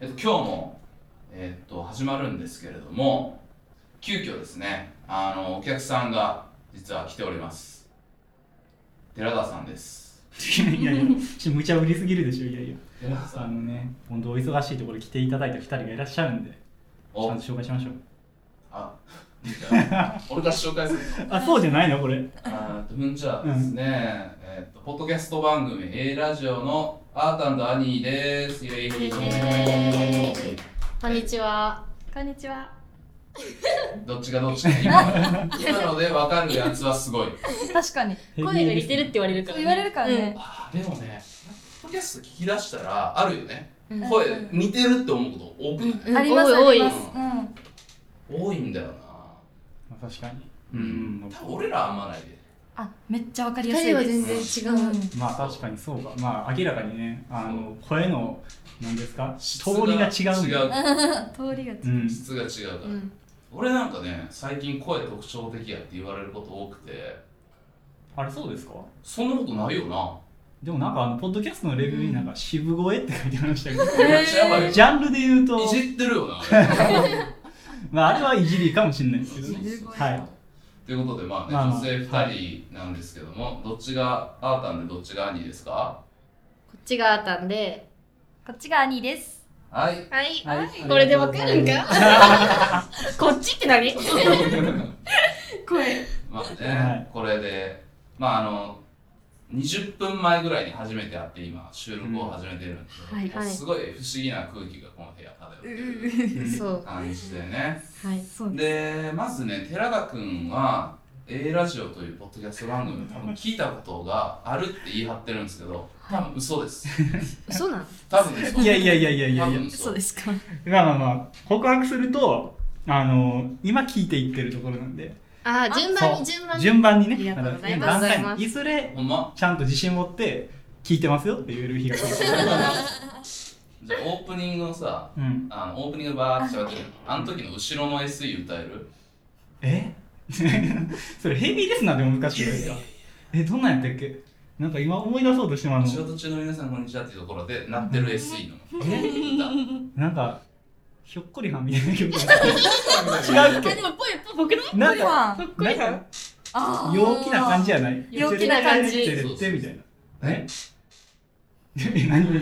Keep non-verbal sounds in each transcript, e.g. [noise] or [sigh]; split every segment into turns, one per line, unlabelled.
えっと、今日も、えっと、始まるんですけれども急遽ですねあのお客さんが実は来ております寺田さんです
[laughs] いやいや、ちょ無茶ぶりすぎるでしょ、いやいや。
寺田
あのね、本当お忙しいところ来ていただいた2人がいらっしゃるんで、ち
お
ゃんと紹介しましょう。
あ [laughs] 俺が紹介する
あ、そうじゃないのこれ。
あーうんじゃあですね、えっとポッドキャスト番組 A ラジオのアータンとアニーですイエーイ
イエーこんにちは。
こんにちは。
どっちがどっちか今今ので分かるやつはすごい
確かに。
[laughs] 声が似てるって言われるから、
言われるからね。
あーでもねポッドキャスト聞き出したらあるよね
うん。うん
声似てるって思うこと多くない
うん
あります
多
あ
い
り
多
ま
い
す。うん。
多いんだよな
まあ確かに。
うん多分俺らあんまないで
あ、めっちゃわかりや
二
すい
人は
です。
全然違う。
まあ確かにそうか。まあ明らかにね、あの、声の、なんですか、
質
通りが違うんだよ。
違
通りが違
う
う。
ん。
質が違うから、
うん
俺なんかね最近声特徴的やって言われること多くて
あれそうですか
そんなことないよな
でもなんかあの、ポッドキャストのレビューになんか、渋声って書いてありましたけど、
めっちゃやばいよ
ジャンルで言うと、
いじってるよな俺
まああれはいじりかもしれないですけどね。
渋声
はい。
ということでまあね、
まあまあ
女性2人なんですけども、どっちがあーたんでどっちが兄ですか
こっちがあったんで。
こっちが兄です。
はい
はい
はい
これでわかるんかこっちって何声。
まあね、
はい
これでまああの20分前ぐらいに初めて会って今収録を始めてるんで、
はいはい
すごい不思議な空気がこの部屋漂ってる
[laughs] そ
うん
う。
感じでね
はい。
そう。
でまずね寺田君は A ラジオというポッドキャスト番組を多分聞いたことがあるって言い張ってるんですけど多分嘘です
嘘なの
多分嘘
いやいやいやいやい
多
やいや
分。嘘
すか。
まあまあまあ、告白すると、あの今聞いていってるところなんで、
あー、順番
そ
に
う
順番に。
順番にね、
ありがとうございます
段階にいずれ、
ほんま [laughs]
ちゃんと自信持って、聞いてますよって言える日が来る。
じゃあオープニングのさ
うん。
あのオープニングバーって喋ってるあの時の後ろの SE 歌える
え [laughs] それヘビーリスナーでも難しいですかえ、どんなんやったっけなんか今思い出そうとしてもあの、
仕事中の皆さんこんにちはっていうところで鳴ってる SE の歌
なんか、ひょっこりはんみたいな曲が違うっけ
も、ぽい、ぽく
な
ない
んか、
は
なんか、
あー
陽気な感じやない
陽気な感じ
てれってみたいな。ええ何々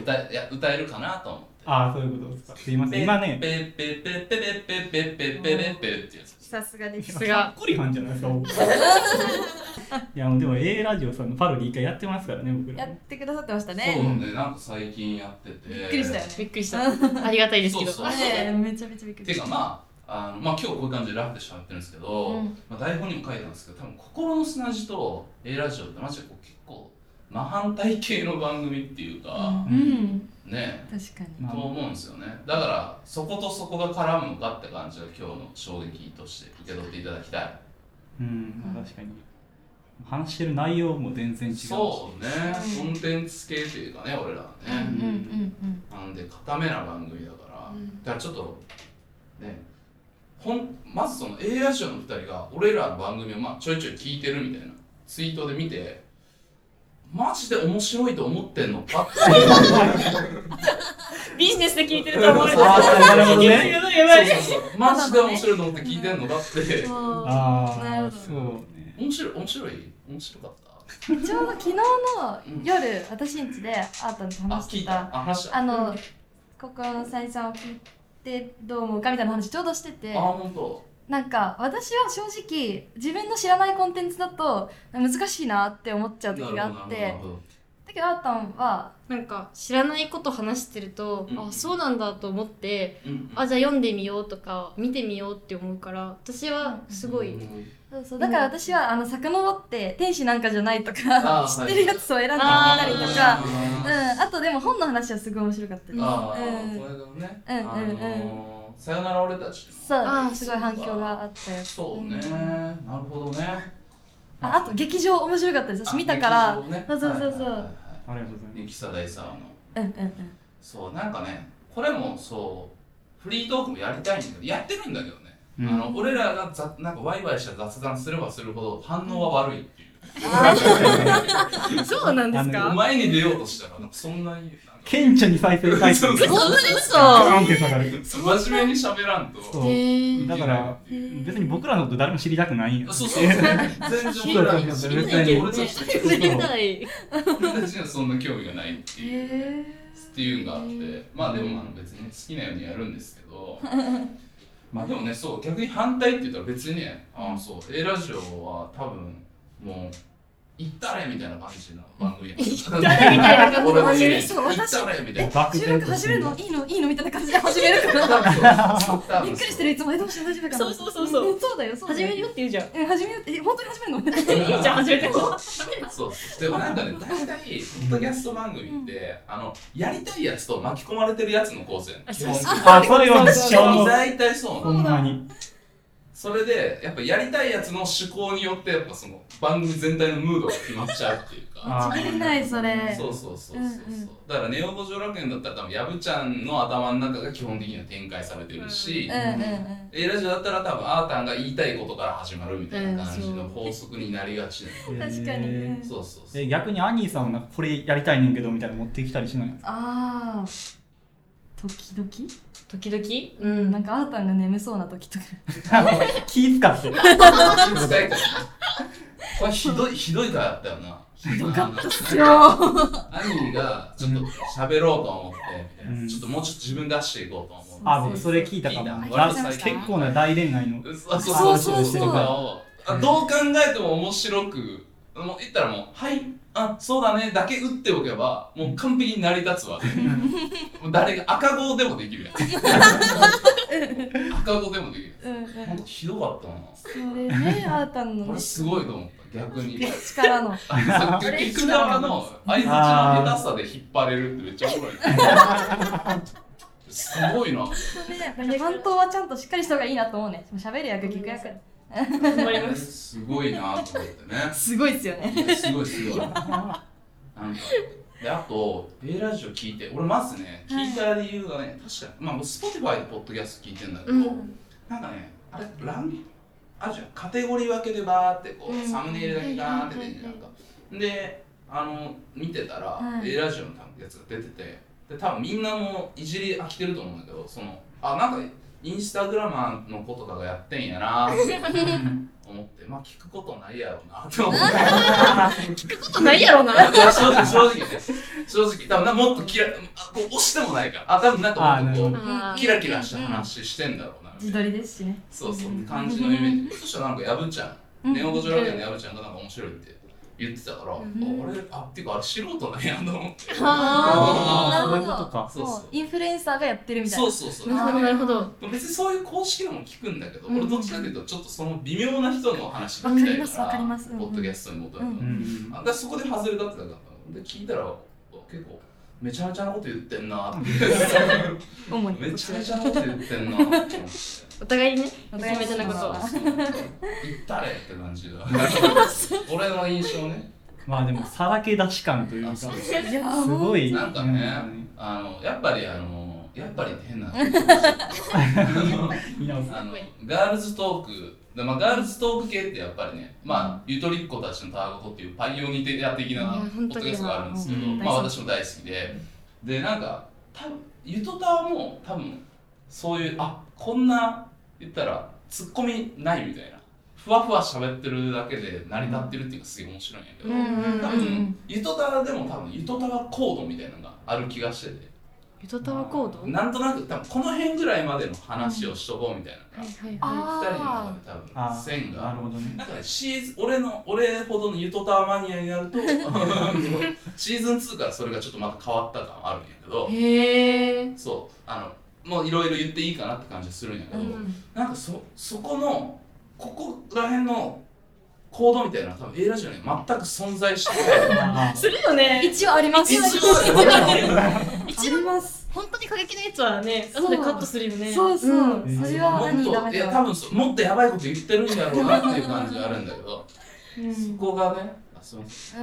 歌いや歌えるかなと思って
ああ、そういうことですか。すいません。今ね、
ペッペッペッペッペッペッペッペッペッペッってやつ
さすがで
さ
す。
すが。
コリファンじゃないですか、僕いや、でも A ラジオさんのパロディ一回やってますからね、僕
や
ら
っ。てくださってました
そう
ね。
ねなんか最近やってて
びっくりしたよ
びっ
ね。
くりした。ありがたいですけど。
そうそう
ねえめちゃめちゃびっくり
て
し
か
た。
まああのまあ今日こういう感じでラフで喋ってるんですけど、
うん
まあ、台本にも書いてあるんですけど多分心の砂地と A ラジオってマジでこう結構真反対系の番組っていうか、
う。
うんん。
ね
確かに。
まあ
と思うんですよねだからそことそこが絡むのかって感じが今日の衝撃として受け取っていただきたい
うん、まあ確かに。話してる内容も全然違うし。
そうね、
うん
コンテンツ系というかね俺らは
うんうん
ね、
うん
なんで固めな番組だから、
うん
だからちょっとねほんまずその A ラジオの2人が俺らの番組をまあちょいちょい聞いてるみたいなツイートで見てマジで面白いと思ってんのか
[laughs]
って
うん。ビジネスで聞いてると思われた。
ああ、なるほどね。
やばい
やばいやばい。
そうそうそうマジで面白いと思って聞いてんのかって
あ
なる
ああ、
ほど
そうね。
面白い面白い面白かった
ちょうど昨日の夜、私ん家であーたんと
あ
話し
聞
て
いた
た。
あ話したあ
あの、ここのさんを聞いてどう思うかみたいな話ちょうどしてて
本当
なんか私は正直自分の知らないコンテンツだと難しいなって思っちゃう時があっ
なる
て
ほど
だけどあーたんは
なんか、知らないこと話してると、
うん
あ、そうなんだと思って、
うん
あじゃあ読んでみようとか見てみようって思うから私はすごい、
うん
そうそうだから私はあの遡って天使なんかじゃないとか
あー
知ってるやつを選んでみ
あ
たり
ー
と
な
か
る
うんあとでも本の話はすごい面白かったです
ああ、
うん
これがね、
うんうん
あのーさよなら俺たち
あ
そ
ー
うすごい反響があったやつ
そうね、
ん
なるほどね
ああと劇場面白かったです私見たから
あ劇場ね
そうそうそうそう
はいはいはい
ありがとうご
はい
ざいま
雪貞大さんの
うんうんうん
そうなんかねこれもそうフリートークもやりたいんだけどやってるんだけどね、
うん
あの俺らがざなんかワイワイした雑談すればするほど反応は悪いっていう、
そうなんです
あ
お
か
前に出ようとしたらなんかそんなになんか
顕著に再生回数
そうそうそ
が
う
本当です
ガ
か
ーンって下がる。
真面目に喋らんと
そう
へー
だから別に僕らのこと誰も知りたくないんや
あ。そうそうそう全然俺らに知りたいけど俺たち
う
めでたい
俺たちにはそんな興味がないっていうね、
へ
っていうのがあってまあでもあの別に好きなようにやるんですけどまあでもねそう逆に反対って言ったら別にねああそう A ラジオは多分もう行ったれみたいな感じな番組や行った
れみたいな感じの
俺
番組
に行ったれみ
[laughs]
たいな
バッ
ー
ク
収
テン
録
ポ
始めるのいいのいいのみたいな感じで始めるから
[laughs] 多分そう多分
びっくりしてるいつもえどうして大丈夫かな
そうそうそうそうん
そうだよそうだ
始める
よ
よって言うじゃん
え始めるえ本当に始めるの
[laughs]
いいじゃん始めて
そうそうそうでもなんかね大体ポッドキャスト番組ってあのやりたいやつと巻き込まれてるやつの構成
あ
基本的
そう
に
あ、それは一緒の。
大体そうなの
ほんまに。
それでやっぱやりたいやつの趣向によってやっぱその番組全体のムードが決まっちゃうっていうか
あ
できないそれ
そうそうそうそうそう、
うんうん
だから「ネオ五条楽園」だったら多分やぶちゃんの頭の中が基本的には展開されてるし、
うんうんうん
えラジオだったら多分あーたんが言いたいことから始まるみたいな感じの法則になりがちな
確かに
え
ね
の、そうそうそう
ー逆にアニーさんはなんかこれやりたいねんけどみたいなの持ってきたりしない
ああ時々
時々
うんなんかあーたんが眠そうな時とか
気使って。
使い方これひどいひどい回だったよなひどかったっす
よ
兄がちょっと喋ろうと思ってみたいな、
うん
ちょっともうちょっと自分出していこうと思って
あ、僕それ聞いたかも。
聞いた
ラ結構な大恋
[laughs]
愛の。
そう
そうそうそう
とかをあどう考えても面白くもう言ったらもう「はいあそうだね」だけ打っておけばもう完璧に成り立つわけもう誰が赤子でもできるやん赤子でもできる
うんうん
ほんとひどかったな
それねあーたんの
これ
ね
すごいと思った逆に
力の
あ作曲聞く側の相づちの下手さで引っ張れるってめっちゃおもろいすごいな
やっぱり担当はちゃんとしっかりした方がいいなと思うね。喋る役、聞く役。
頑張ります
すごいなと思ってね
すごいですよね。
すごいすごい。なんかであと、A ラジオ聞いて、俺まずね、
はい
聞いた理由がね、確かに、まあ、Spotify でポッドキャスト聞いてんだけど、
うん
なんかね、あれ、ラン、あるじゃん、カテゴリー分けでバーってこう、
うん
サムネイルだけガーって出てんじゃん
はい
か。で、あの、見てたら、
はい
A ラジオのやつが出てて、で、多分みんなもいじり飽きてると思うんだけど、その、あ、なんか、インスタグラマーの子とかがやってんやなーって思って、 [laughs] まあ聞くことないやろうなって思って。
聞くことないやろ
いや
な
正直正直ね正直多分なもっとキラあこう押してもないからあ多分なんかもっとこ
あな
う
る
あー
キラキラした話してんだろうなみ
自
たいな
撮りですしね。
そうそう感じのイメージそしたらなんかやぶちゃ
うんん
ネオゴジラケのやぶちゃんがなんか面白いって言ってたから、あ
ん
俺あっていうかあれ素人なんやと思って
あ
ー
そういうことか。
そうそう
もうインフルエンサーがやってるみたい
そ
な
う。そうそう
ーなるほどなるほど
別にそういう公式のも聞くんだけど、
うん
俺どっちかというとちょっとその微妙な人の話聞きたいから
わかりますわかりますうん
ポッドキャストに戻ると、
うん
うん
あんたそこで外れたってだからで聞いたら結構めちゃめちゃなこと言ってんなって
主
[laughs]
に。
めちゃめちゃなこと言ってんなって思って
お互いにね
お
め
互い
ちゃ
に
めちゃなこ
そ
と
うそう言
を
ったれって感じだ
[laughs]
俺の印象ね
まあでも、さらけ出し感というか、
あそ
す
う
いやーもう
ごい。
なんかねあのやっぱりあのやっぱりって変な
うん。いや
あのガールズトークでまあ、ガールズトーク系ってやっぱりね、まあ、ゆとりっ子たちのたわごとっていうパイオニア的なポ
うん
ッ
本
ド
当
キ
に
ャストがあるんですけど、
うん
まあ、私も大好きで、でなんか多分ゆとたわも多分そういうあこんな言ったらツッコミないみたいなふわふわ喋ってるだけで成り立ってるっていうのがすげえ面白いんやけ
う
ど、
んうん
多
う
分
ん。
ゆとたわでも多分ゆとたわコードみたいなのがある気がしてて
ゆとたわコード
なんとなく多分この辺ぐらいまでの話をしとこうみたいなのが
はいはいは
二人の中
あ
で多
あ
分線
な
が
るほど
[laughs]
ね。
なんかねシーズン俺の俺ほどのゆとたわマニアになると [laughs] シーズン2からそれがちょっとまた変わった感あるんやけど
いへえ
そうあのもういろいろ言っていいかなって感じするんやけど、なんかそそこのここら辺の行動みたいなのは多分 A ラジオには全く存在してな
あ。
い
するよね
一応あります。
一
あ
応
一
り
番
ます。
本当に過激なやつはね後でカットするよね
そうそうんそれは
もっ
何ダ
と
メ
いや
だ
多
わ。
分そうもっとやばいこと言ってるんだろうなっていう感じがあるんだけど、
うん
そこがねあすみませ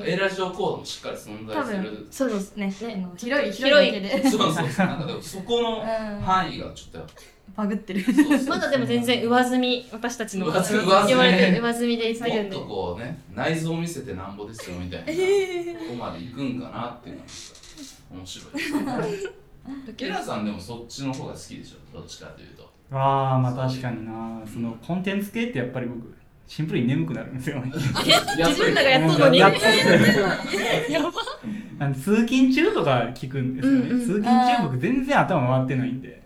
ん A ラジオコードもしっかり存在する
そうです
ね、
ね
あの広い
ちょっと
広いだけで
そうそうそう。なんかでもそこの
うん
範囲がちょっとやっぱ
バグってる。
そうそう
[laughs] まだでも全然上積み私たちの
上積み
言われてる上積みで言ってる
もっ
んで
とこうね、内臓見せてなんぼですよみたいな。ここまで行くんかなっていうのが面白いケラさんでもそっちの方が好きでしょどっちかというと
わあまあ確かになそのコンテンツ系ってやっぱり僕シンプルに眠くなるんですよ
自分らがやっとんのに
やっとんのに
やば
あの通勤中とか聞くんですよね、
うんうん
通勤中僕全然頭回ってないんで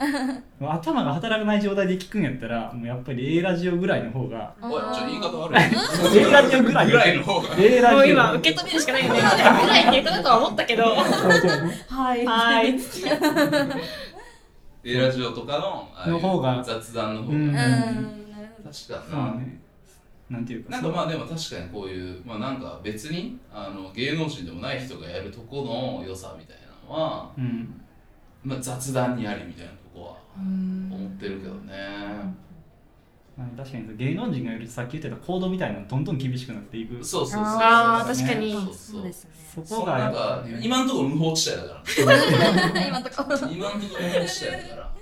もう頭が働かない状態で聞くんやったらもうやっぱり A ラジオぐらいの方が
おいちょっと言い方悪
[laughs]
い
A ラジオぐらい
ぐらいの方が
A ラジオ
もう今受け止めるしかないよねぐらいって言ったとは思ったけどは
はい
ーい
A ラジオとかのああいう
の方が
雑談の方
う
が、
ん
うんなるほど
確
そ
かな、
うねなんていうか
なんかまあでも確かにこういう、まあ、なんか別にあの芸能人でもない人がやるとこの良さみたいなのは、
うん
まあ、雑談にありみたいなとこは思ってるけどね、
まあ確かに芸能人がよるさっき言ってた行動みたいなのどんどん厳しくなっていく
そうそうそう
あ
ー確
かに
そう
そ
そう
うで
そ
すね
そうこ
な
がや
ん
っぱ
か
りね
今のところ無法地帯だから
[laughs]
今のところ
今のところ無法地帯だから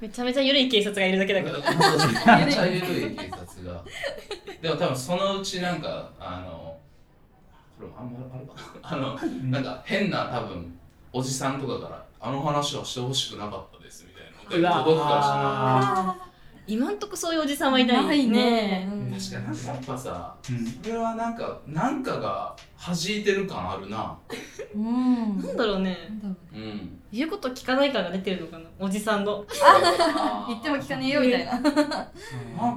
めちゃめちゃ緩い警察がいるだけだけど
めっちゃ緩い警察がでも多分そのうちなんかあのこれもあんまあれかなあのなんか変な多分おじさんとかから「あの話はしてほしくなかったです」みたいうな
わ
のが届くか
今んとこそういうおじさんはいない
ね
もしれない確かになんかやっぱさ
うん
それはなんかなんかが弾いてる感あるな
うん
なんだろうね
なんだ
う
ろう
ん
言うこと聞かない感が出てるのかなおじさんの
言
言っても聞かねえよみたいな
なんか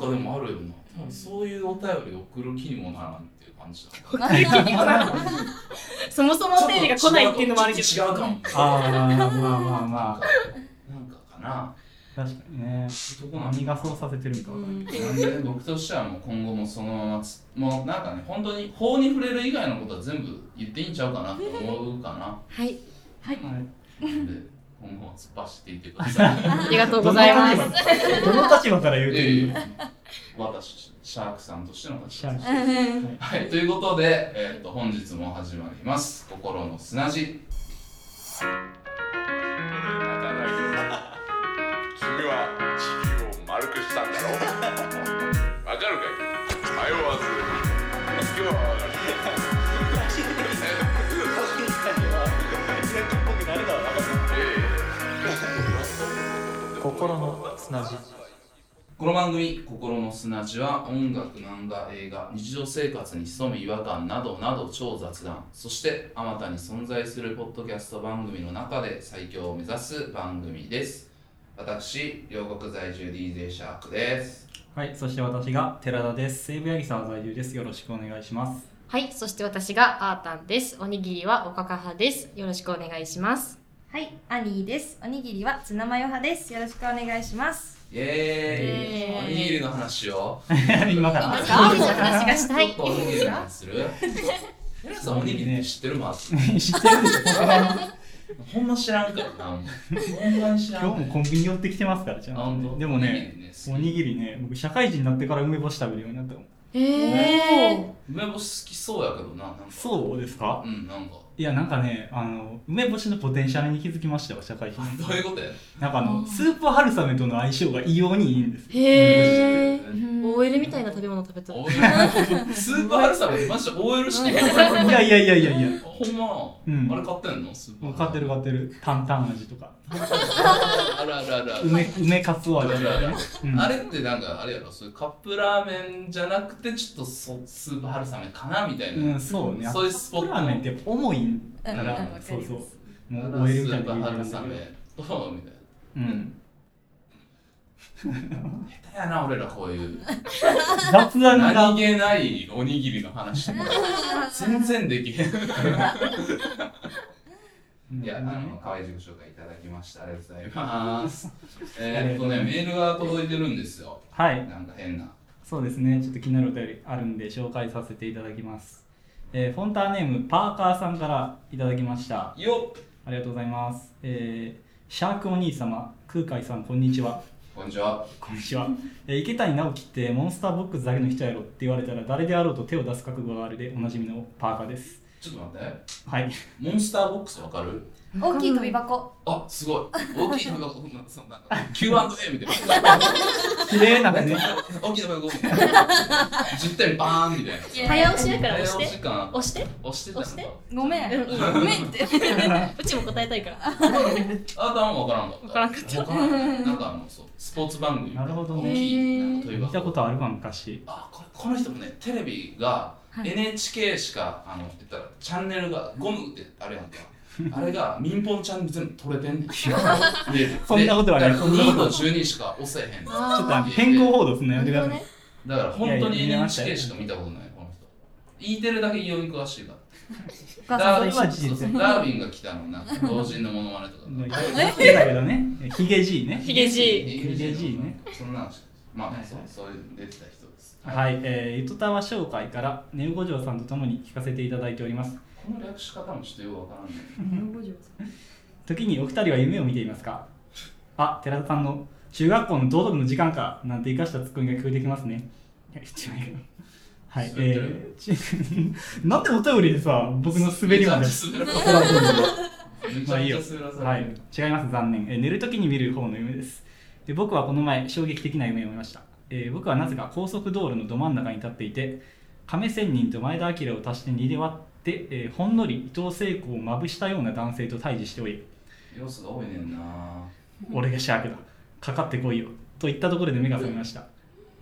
でもあるよな多分そういうお便り送る気にもならんっていう感じだな
そもそもお便りが来ないっていうのもあるけど
ちょっと違うか
[laughs]
も
あーまあまあま
な
あ
んかなん
ま
かかな
あ確かにね
どこなん
何がそうさせてるんかわかんないけど
なんで僕としてはもう今後もそのままつもうなんかね本当に法に触れる以外のことは全部言っていいんちゃうかなと思うかな
はい
はい
なんで今後は突っ走っていってくださ
[laughs]
い
ありがとうございます
どの立場どの立場から言う
い
て
や
る
いやいや私シャークさんとしての立場です
うん
はいということで、えー、と本日も始まります心の砂地
働いてる君は地球を丸くしたんだろうわかるかい迷わず今日はわかる
心の砂地
この番組「心の砂地」は音楽、漫画、映画、日常生活に潜む違和感などなど超雑談そしてあまたに存在するポッドキャスト番組の中で最強を目指す番組です私、両国在住 DJ シャークです
はい、そして私が寺田です。西武八木沢在住です。よろしくお願いします。
はいそして私がアータンですおにぎりはおかか派ですよろしくお願いします
はいアニーですおにぎりはツナマヨ派ですよろしくお願いします
イエーイ
イエーイ
おにぎりの話を
[laughs] 今から。
アーの話がした
ちょ
い
っとおにぎりの話す [laughs] る皆さんおにぎりって知ってるまず
知ってるんですか [laughs]
ほんま知らんからなほんまに知らん
今日もコンビニ寄ってきてますから、ちゃん
あ
と
ほ
ね、
んと
でもね、お
おにぎり好き
にぎりね、僕社会人になってから梅干し食べるようになったもん。
え
え梅干し好きそうやけどななんか
そうですか
うんなんか
いや、なんかね、あの、梅干しのポテンシャルに気づきましたよ、社会人。
どういうことやねん
なんかあの、スープ春雨との相性が異様にいいんです。
へえ
うん
OL みたいな食べ物食べたい
OL スーパー春雨マジで OL しか言わ
い
ない
やいやいやいやいや。
ほんま
うん
なあれ買ってんのスーパ
も
ー
う買ってる買ってる。担々味とか。
あるあるあるある
梅、梅かつお味とかね。うん
あれってなんかあれやろそういうカップラーメンじゃなくてちょっとそスーパー春雨かなみたいな、
うん、そうね。
そういうスポット
カップラーメンってやっぱ重いか
うんわからり、ます
そうそう。も
だ
う
からス
OL みたい
ーパ
な
ー
感
春
じなんだけど。
雨どうみたいな
うん。
下手やな俺らこういう
雑談
何
が、
気ないおにぎりの話全然できへんいや、あの、可愛い自己紹介いただきました。ありがとうございます。
[laughs]
えーっとね、メールが届いてるんですよ。
はい。
なんか変な。
そうですね、ちょっと気になるお便りあるんで紹介させていただきます。えーフォンターネームパーカーさんからいただきました。
よっ
ありがとうございます。えーシャークお兄様、空海さん、こんにちは。
こんにちは。
こんにちは。えー池谷直樹ってモンスターボックスだけの人やろって言われたら誰であろうと手を出す覚悟があるでおなじみのパーカーです。
ちょっと待って。
はい。
モンスターボックスわかる
大きい首箱
あすごい大きいのがこんなそんな Q&A みたいな
綺麗なね。
大きいのがこうみたいな10点バーンみたいな
早押しだから押して
早押し感
押して
押してた
押して
ごめん
うんいい
ごめんって
うちも答えたいから
あだんわからんかった
わからんかった
わからんったなんかあのそうスポーツ番組みたい
なるほど
大きいなんかとい
見
うか
たことあるわ、昔。
あこれこの人もねテレビが
はい
NHK しか、あの言ったらチャンネルがゴムってあれやんかあれが民放のチャンネル全部取れてんねんで
そんなことはない
だから2と12しか押せへんだか
ちょっとあの
ー
変更報道すんのやめてください。
ら本当に
いやいや見ましたよ
NHK しか見たことないこの人 E テレだけ異様に詳しいから
お母さん
そ
と
れは事実
一緒
そうそうダーウィンが来たのなんか老人のモノマネ
[laughs]
とか
うんやってたけどね。ヒゲじいね。
ヒゲじい
ヒゲじいね。
そんなのしかまあ、
はいはい
そうそういう出てた人です
はい、えー、ゆとたわ紹介から、ねうごじょうさんとともに聞かせていただいております。
この略し方もちょっとよくわからんね
時にお二人は夢を見ていますかあ、寺田さんの中学校の道徳の時間か、なんて生かしたツッコミが聞こえてきますね。いや、言ってないけど。はい、
滑ってる
えー、 [laughs] ちなんでお便りでさ、僕の滑りまで。
めちゃくちゃ
怒られてるんだ
滑らめち
ま
ゃ
あいいよ
くちゃ滑らされてる
はい、違います、残念。え寝るときに見る方の夢ですで。僕はこの前、衝撃的な夢を見ました、えー僕はなぜか高速道路のど真ん中に立っていて、亀仙人と前田明を足して2で割って、えーほんのり伊藤聖子をまぶしたような男性と対峙しており、
要素が多いねんな
俺がシャークだ、かかってこいよ、といったところで目が覚めました。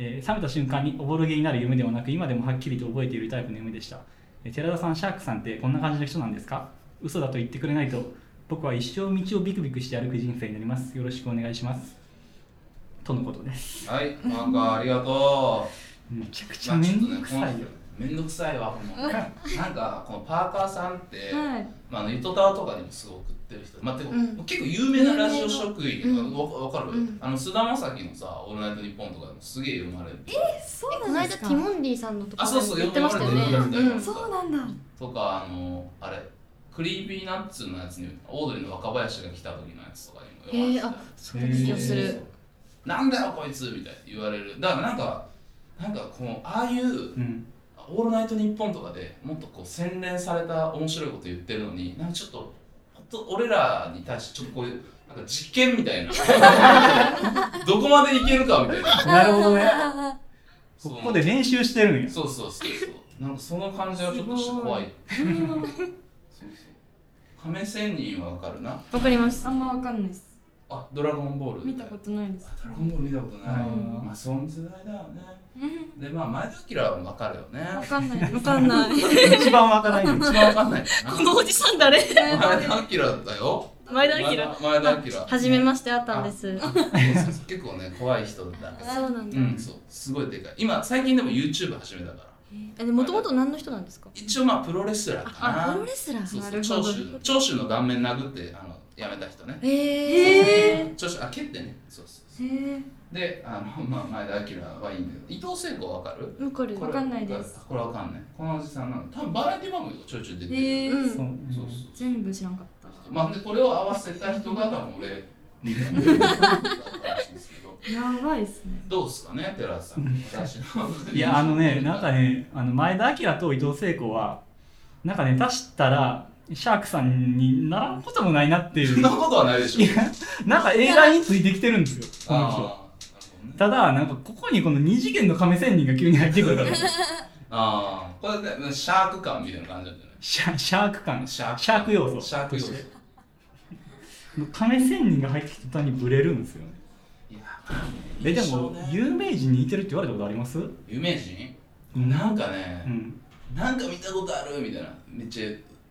えー覚めた瞬間におぼろげになる夢ではなく、今でもはっきりと覚えているタイプの夢でした。えー寺田さん、シャークさんってこんな感じの人なんですか嘘だと言ってくれないと、僕は一生道をビクビクして歩く人生になります。よろしくお願いします。とのことです。
はい、なんかありがと
めちゃく
う
ちゃ面倒く
ま
さ
あ
い
ちょ
よ
っ。とねこの人めんどくさいわ、ほんま [laughs] なんかこのパーカーさんって、
はい
まあ、あの糸タワーとかにもすごく売ってる人、まあ、てか
うん
結構有名なラジオ職員
有名
わわかる、
うん
あの菅田将暉のさ「オールナイトニッポン」とかでもすげえ読まれる
えそ
こ
う
の
な
間
んで
テ
すか
ィモンディさんのとか
あそうそう
言ってましたよね
呼んでもらってる
うん
そうなんだ
とかあのあれクリーピーナッツのやつにオードリーの若林が来た時のやつとかにも読まれてたよ
えーあそうな気がす
そう
る
そうなんだよこいつみたいに言われるだからなんかなんかこのああいう
うん。
「オールナイトニッポン」とかでもっとこう洗練された面白いこと言ってるのになんかちょっとほんと俺らに対してちょっとこういうなんか実験みたいなどこまでいけるかみたいな
なるほどね。
あ
そ
こ
う
こで練習してるんや。
そうそうそうそうなんかその感じはちょっとして怖いそうそう亀仙人はわかるな
わかります
んまわかんないです
あドラゴンボール
見たことないです
あドラゴンボール見たことない
うん
まあその時代だよねでまあ前田明はわかるよね
わかんないです
わかんない [laughs]
一番わからないんで
一番わかんないかな
このおじさん [laughs] 誰
前田明だよ
前田明
前田明
はじめましてあったんです
そうそうそう結構ね怖い人だった
そうなんだ
うんそうすごいでかい今最近でも YouTube 始めたから
えでもともと何の人なんですか
一応まあプロレスラーか
あ
な
プロレスラ
そう
ー
そう
なるほ
長
ど
州長州の顔面殴ってあのやめた人ね
ええ
長州あ蹴ってねそうそうそ
へえ
うであの、まあ、前田明はいいんだけど伊藤聖子はわかる
わかる
こ
わ
れ
かんないです
あこれわかんないこのおじさんなの多分バラエティ番組がちょいちょい出てる、
へえ
うん
す。
そ
そう
う
全部知らんかった
そうまあでこれを合わせた人が多分俺みたいな
やばいっすね
どうですかね寺田さん私の
いやあのねなんかねあの前田明と伊藤聖子はなんかね出したらシャークさんにならんこともないなって
[laughs]
い
そん
う
なことはないでしょ
なんか映画についてきてるんですよこの [laughs] 人
あーなるほどね
ただなんかここにこの二次元の亀仙人が急に入ってくるから
あーこれねシャーク感みたいな感じなんじゃな
シャシャーク感
いシャーク
シャーク要素
シャーク要素い
亀仙人が入ってきた途端にブレるんですよね
や
えで
一緒
も
ね
有名人に似てるって言われたことあります
有名人
うん
なんか
う
ね、
ん
なんか見たことあるみたいなめっち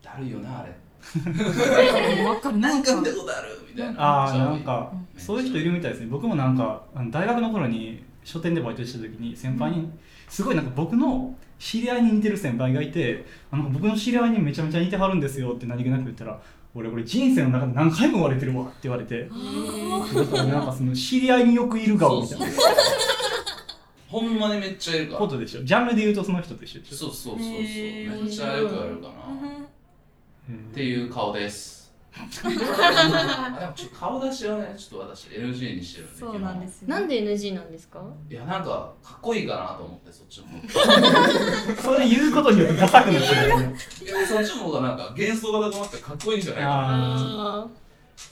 ゃあるよなあれ
わかる
なんか見たことあるみたいな
ああなんかそういう人いるみたいですね僕もなんかあの大学の頃に書店でバイトしてた時に先輩にすごいなんか僕の知り合いに似てる先輩がいてあの僕の知り合いにめちゃめちゃ似てはるんですよって何気なく言ったら俺これ人生の中で何回も言われてるわって言われ [laughs] てだからなんかその知り合いによくいる顔みたいな
そうほんまにめっちゃいるから
ことでしょジャンルで言うとその人と一緒でしょ
そうそうそうそう
へー
めっちゃよくあるかなっ
あ
うん
ていう顔です [laughs] あでもちょっと顔出しはねちょっと私 NG にしてるんで
そうなんですよ。
なんで NG なんですか
基本いやなんかかっこいいかなと思ってそっちの方
それ言うことによってダサくなっちゃ [laughs] うよね。
いやそっちの方がなんか幻想が高まってかっこいいんじゃないかな
あ
あ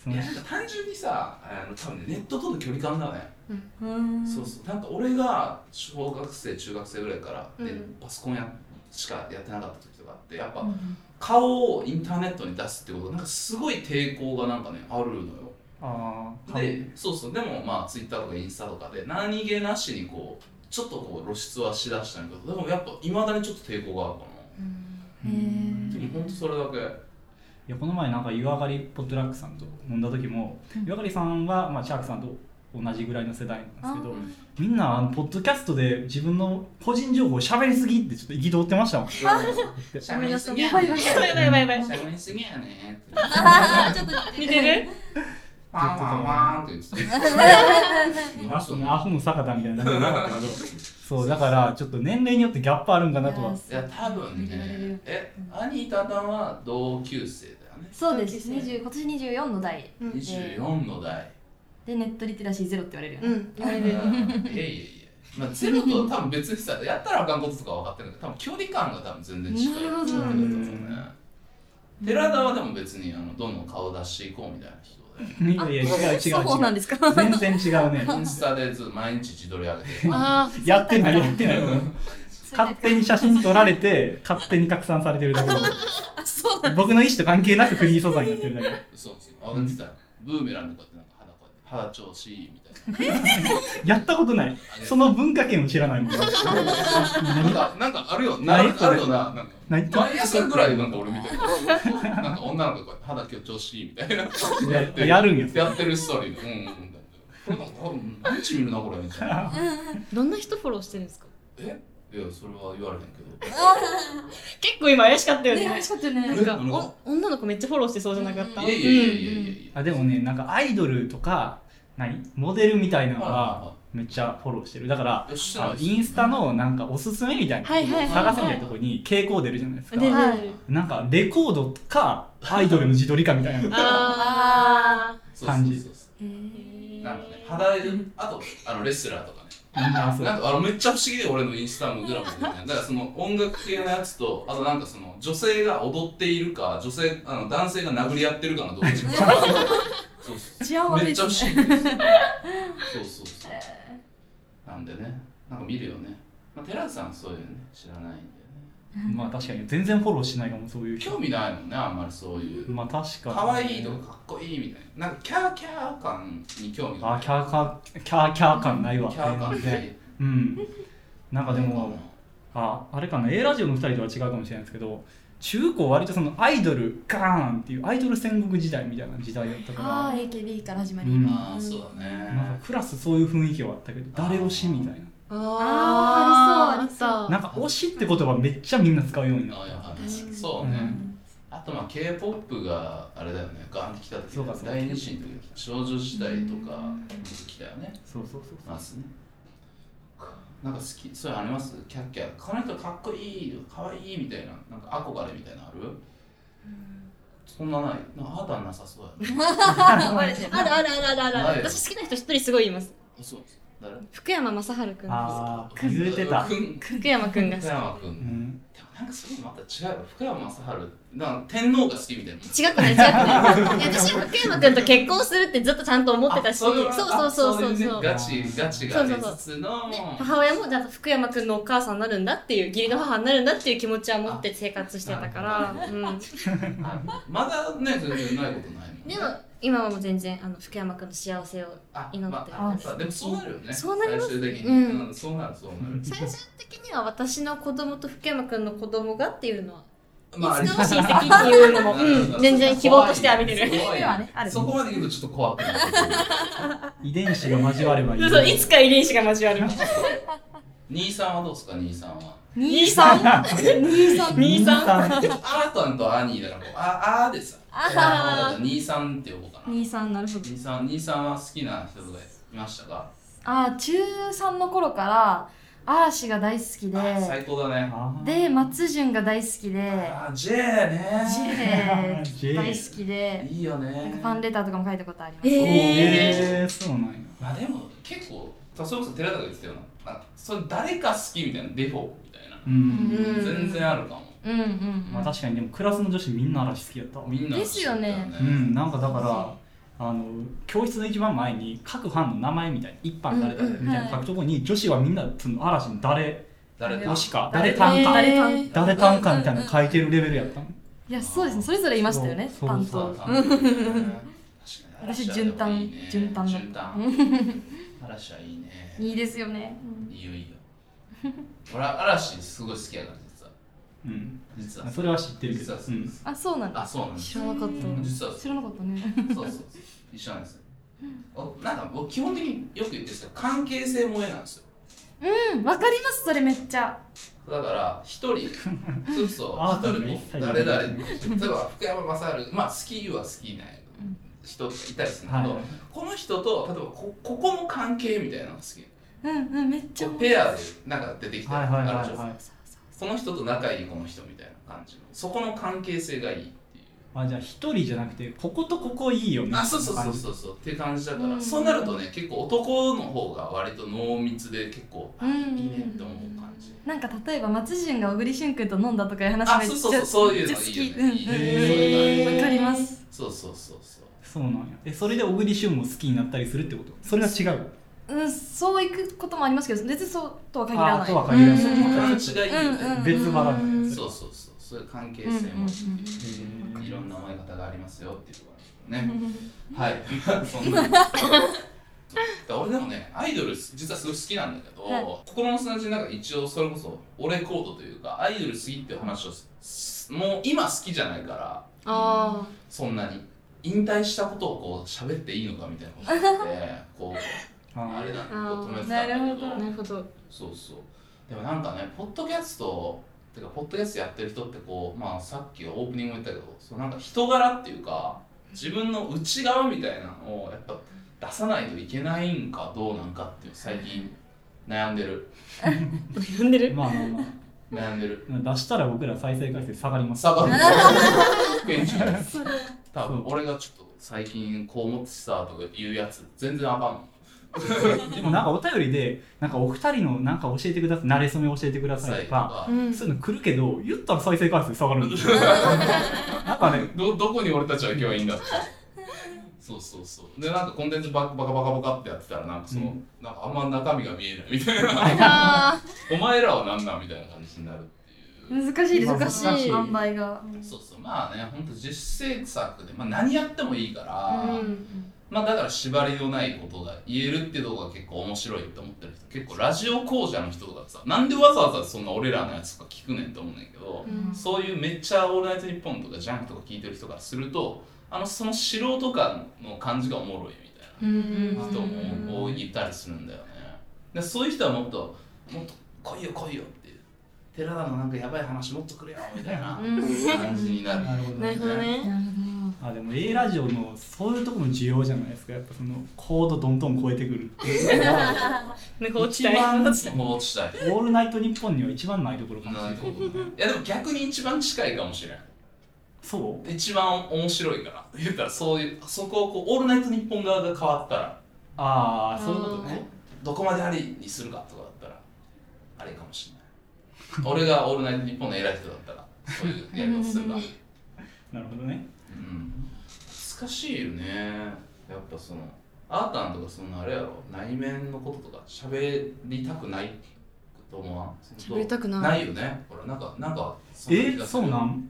あ、
いやなんか単純にさあの多分ねネットとの距離感だね、
うん
そうそうなんか俺が小学生中学生ぐらいから、で
うん
パソコンやしかやってなかった時とかあってやっぱ、
うん
顔をインターネットに出すってことなんかすごい抵抗がなんかねあるのよ
ああ、
で、そうそうでもまあツイッターとかインスタとかで何気なしにこうちょっとこう露出はしだしたんだけどでもやっぱいまだにちょっと抵抗があるか
う
へ
ん
ー
なでもほんとそれだけ
いやこの前なんか湯上がりポットラックさんと飲んだ時も、
うん
湯上がりさんはまあシャークさんと同じぐらいの世代なんですけ
う
ど
ん
みんなあのポッドキャストで自分の個人情報を喋りすぎってちょっと憤ってましたもん
しゃべりすぎや
ごめ
ね
んなさ
やばいやばいやばいやばい
しゃべりすぎやねって
あーちょっと
似てる
ワンワンワンって言ってた
アホのアホの坂田み [laughs] たいなのなかったけどそうだからちょっと年齢によってギャップあるんかなとはい
や多分ねえ兄タタンは同級生だよね
そうです。
同級
二
生
十今年二十四の代
うん
24の代
でネットリテラシーゼロって言われるよ
う
ね。
ん言わ
いや
れ
い
る
やいやまあ、ゼロと多分別にさやったらあかんこととかは分かってるけど多分距離感が多分全然違うってことだと思う
なるほ
ね寺田はでも別にあのどんどん顔出していこうみたいな人で
いやいや違う違う違う
そうなんです
[laughs]
か。
全然違うね
インスタでずっと毎日自撮り上げて
あー
やってないやって [laughs] ない勝手に写真撮られて勝手に拡散されてるだ [laughs] け
そう
僕の意思と関係なくフリー素材になってるだけ
そうそう上げてたよブーメランとかってなんか肌こうやって肌調子いいみたいな
やったことないその文化圏を知らないもん
なんか、なんかあるよ、なある
何それ
よな、なんか。
何
毎朝ぐらいなんか俺みたいな。なんか女の子がこうやって肌今日調子いいみたいな。やって
やるんや
やってるストーリーで。うんうんうん。これなんか多分毎日見るな、これみたいな。
どんな人フォローしてるんですか
えいや、それは言われへんけど。
結構今怪しかったよ
ね、
ね
怪しかったよ
な
ね
ん。か
えなんか
お女の子めっちゃフォローしてそうじゃなかった
いやいやいやいやいやいや。
あでもねなんかアイドルとか何モデルみたいなの
はいはい
は
は
めっちゃフォローしてるだから
いやしてな
あ
い
の
です
インスタのなんかおすすめみたいな、
はいはいはい
探せみたいなところに傾向出るじゃないです
出
か
る出る
はい
なんかレコードかアイドルの自撮りかみたいな
あ
そうそうそうそ
へー
う。
ー
なんかね、肌色、あと、あの、レスラーとかね。
みんなそう
なんかあのめっちゃ不思議で俺のインスタグラムで、ね、だからその音楽系のやつとあとなんかその女性が踊っているか女性あの男性が殴り合ってるかの動画そうそ
治安
う
悪
め
いで
っちゃ不
すね。
思議ですそうそうそうなんでねなんか見るよね、まあ、寺田さんそういうのね知らないんでね
まあ確かに全然フォローしないかもそういう
興味ないもんねあんまりそういう
まあ確かに
可愛いとかかっこいいみたいななんかキャーキャー感に興味が
あキャーカーキャーキャー感ないわ
キャー感
全
な
然
い
うんなんかで
なんか
もああれかな A ラジオの2人とは違うかもしれないですけど中高割とそのアイドルガーンっていうアイドル戦国時代みたいな時代だった
あ
か
ー AKB から始まり。
うん
ああそうだ
らなん
ね
かクラスそういう雰囲気はあったけど誰推しみたい
あ
あーありそう
ななんか推しって言葉めっちゃみんな使うようになっ
あやは
確か
り
に
そう
た、
ね、
うん
あとまあ K-POP があれだよねガーンって来た時
そうかそうか
第二子の時に少女時代とか来たよね
そうそうそうそう
ますねなんか好きそういうのありますキャッキャこの人かっこいいかわいいみたいななんか憧れみたいなのあるそんなないなんかあなたはなさそうやね
あるあるあるあるあ
ない
る私好きな人一人すごいいます
あそう誰
福山雅治くんです
ああ言うてた、
くん
福山くんが
福
好
山く
うんん、
でもなんかそれもまた違うよ福山雅治なんか天皇が好きみたいな
き違 [laughs] くない違くないいや私は福山くんと結婚するってずっとちゃんと思ってたし
あ
そう
れは
そうそうそう
あい
そ
ね
う
ガチガチがありつつの
で母親もじゃあ福山くんのお母さんになるんだっていう義理の母になるんだっていう気持ちは持って生活してたから、うん、
まだね全然ないことないもん
でも今はもう全然あの福山くんの幸せを
あ
祈って
まあやっぱでもそうなるよね
そうなります
最終的に、
うん
うんそうなるそうなる
最終的には私の子供と福山くんの子供がっていうのは
まあ
いつかは親戚っていうのも、
なるほど
うん、全然希望としては見てる
怖い
夢はねある
そこまで言うとちょっと怖くなる
遺伝子が交わればいい
そういつか遺伝子が交わ
[laughs]
る
兄さんはどうですか兄さんは
兄さん。兄さん。
兄さん
さん
あーたんと兄だからこうああーでさ
あ
だから兄さんって呼ぼうかな
兄さんなるほど。
兄さん兄さんは好きな人がいましたか
あー中3の頃から嵐が大好きで
あ最高だね
あー
で松潤が大好きで
あー J ね
ジェ
ジェ
大好きで
いいよ
なんか
ね
ファンレターとかも書いたことあります、
おー
えー、
えー、そうなんや
まあでも結構それこそ寺田が言ってたようななんかそれ誰か好きみたいなデフォみたいな
う、
うん
ん
全然あるかも
うんうんうん、
まあ、確かにでもクラスの女子みんな嵐好きやったわ
みんな
ですよね
うん、なんかだからあの教室の一番前に各班の名前みたいな一班誰だ
うんうん
みたいな書くとこに女子はみんなその嵐の誰
誰
推
か
しか
誰
誰単か
誰
か
単か
誰単かみたいなの書いてるレベルやったの
いやそうですねそれぞれいましたよね
そう
担
そうそ
当
う
私順単順単だ
順単嵐はいいね
いいですよね、
いいよいいよ俺は嵐すごい好きやから実は
うん
実は
それは知ってるけ
実
ど
は
う
そうで
ん
す
あそうなんだ
あそうなんです
知らなかった
実はそう
知らなかったね
そうそうそう一緒なんですよおなんか僕基本的によく言ってるんですけど関係性萌えなんですよ
うんわかりますそれめっちゃ
だから一人そうそう
[laughs] あ
一人
そうね
も誰々例えば福山雅治まあ好きは好きなんやけど人っていたりするんだけど、
はい
この人と例えばこここの関係みたいなのが好き
うんうんめっちゃ
こうペアでなんか出てきた
はい
り
はい
ある
は
でし
い
ょ
はい
この人と仲いいこの人みたいな感じのそこの関係性がいいっていう
あじゃあ一人じゃなくてこことここいいよね
あそうそうそう
う
そうそうっていう感じだから、
うん
そうなるとね結構男の方が割と濃密で結構、あ
うん
いいねって思う感じ、
なんか例えば松潤が小栗旬君と飲んだとかいう話
あ
めっち
そ
ゃ
うそうそうそういうの
めっちゃ
いいよね
好きうんうん
いい
わ、
ね
かります
そうそうそうそう
そうなんやえそれで小栗旬も好きになったりするってことそれは違う
うんそういくこともありますけど別にそうとは限らな
あ
い
とは限らない
うんうんうん
感じがいいよね、
うんうん
別腹だね
そうそうそうそういう関係
うんうん
性も、
うん
いろんな思い方がありますよっていうこと
う
ね、
ん
はい
[laughs]
[laughs] そんなだから俺でもねアイドル実はすごい好きなんだけど、
はい
心の砂地の中で一応それこそ俺コードというかアイドル好きっていう話をすもう今好きじゃないから
あ
そんなに引退したことをこう喋っていいのかみたいなことになってこうあれだねこう止めてたんだ
なる
け
ほど
ど
あなるほど
そうそうでもなんかねポッドキャストてかポッドキャストやってる人ってこうまあさっきオープニングも言ったけどそうなんか人柄っていうか自分の内側みたいなのをやっぱ出さないといけないんかどうなんかっていう最近悩んでる
悩んでる
まあまあまあ
悩んでる
出したら僕ら再生回数下がります
下がる現地の多分俺がちょっと最近こう思ってさとか言うやつ全然あかんの
でもなんかお便りでなんかお二人のなんか教えてください慣れ初め教えてくださいとか
さ
うん
そういうの来るけど言ったら再生回数下がる
[laughs]
んですよなんかね
どどこに俺たちは行けばいいんだってそうそうそうでなんかコンテンツバカバカバカバカってやってたらなんかその、
うん
なんかあんま中身が見えないみたいな
あ
お前らは何なんみたいな感じになるっていう、
ー難しいです
難しい
その塩梅が
そうそうまあねほんと実制作で、まあ、何やってもいいから、
うん
まあだから縛りのないことが言えるってとこが結構面白いって思ってる人結構ラジオ講座の人とかさなんでわざわざそんな俺らのやつとか聞くねんと思うんだけど、
ん
そういうめっちゃ「オールナイトニッポン」とか「ジャンク」とか聞いてる人からするとあのその素人感の感じがおもろいみた
うん
いな人も多いたりするんだよねでそういう人はもっと「もっと来いよ来いよ」っていう「寺田のなんかやばい話もっとくれよ」みたいな感じになる
なるほど
なるほどね
なる
あでも A ラジオのそういうところの需要じゃないですかやっぱそのコードどんどん超えてくるっていうのが
なんか落ち
一
たい
番
もう落ちたい
「オールナイトニッポン」には一番ないところかもしれ
な
な
る
い
ほどねいやでも逆に一番近いかもしれない
そ
一番面白いから言ったらそういうそこをこう「オールナイトニッポン」側が変わったら
うああそういうことね
どこまでありにするかとかだったらあれかもしれない俺が「オールナイトニッポン」の偉い人だったらそういうやり方するか、う
なるほどね
ん、難しいよねやっぱそのアータンとかそのあれやろ内面のこととか喋りたくないと思わん
喋りたくない
ないよねほらなんかなんかそんな気が
え
する
そうなん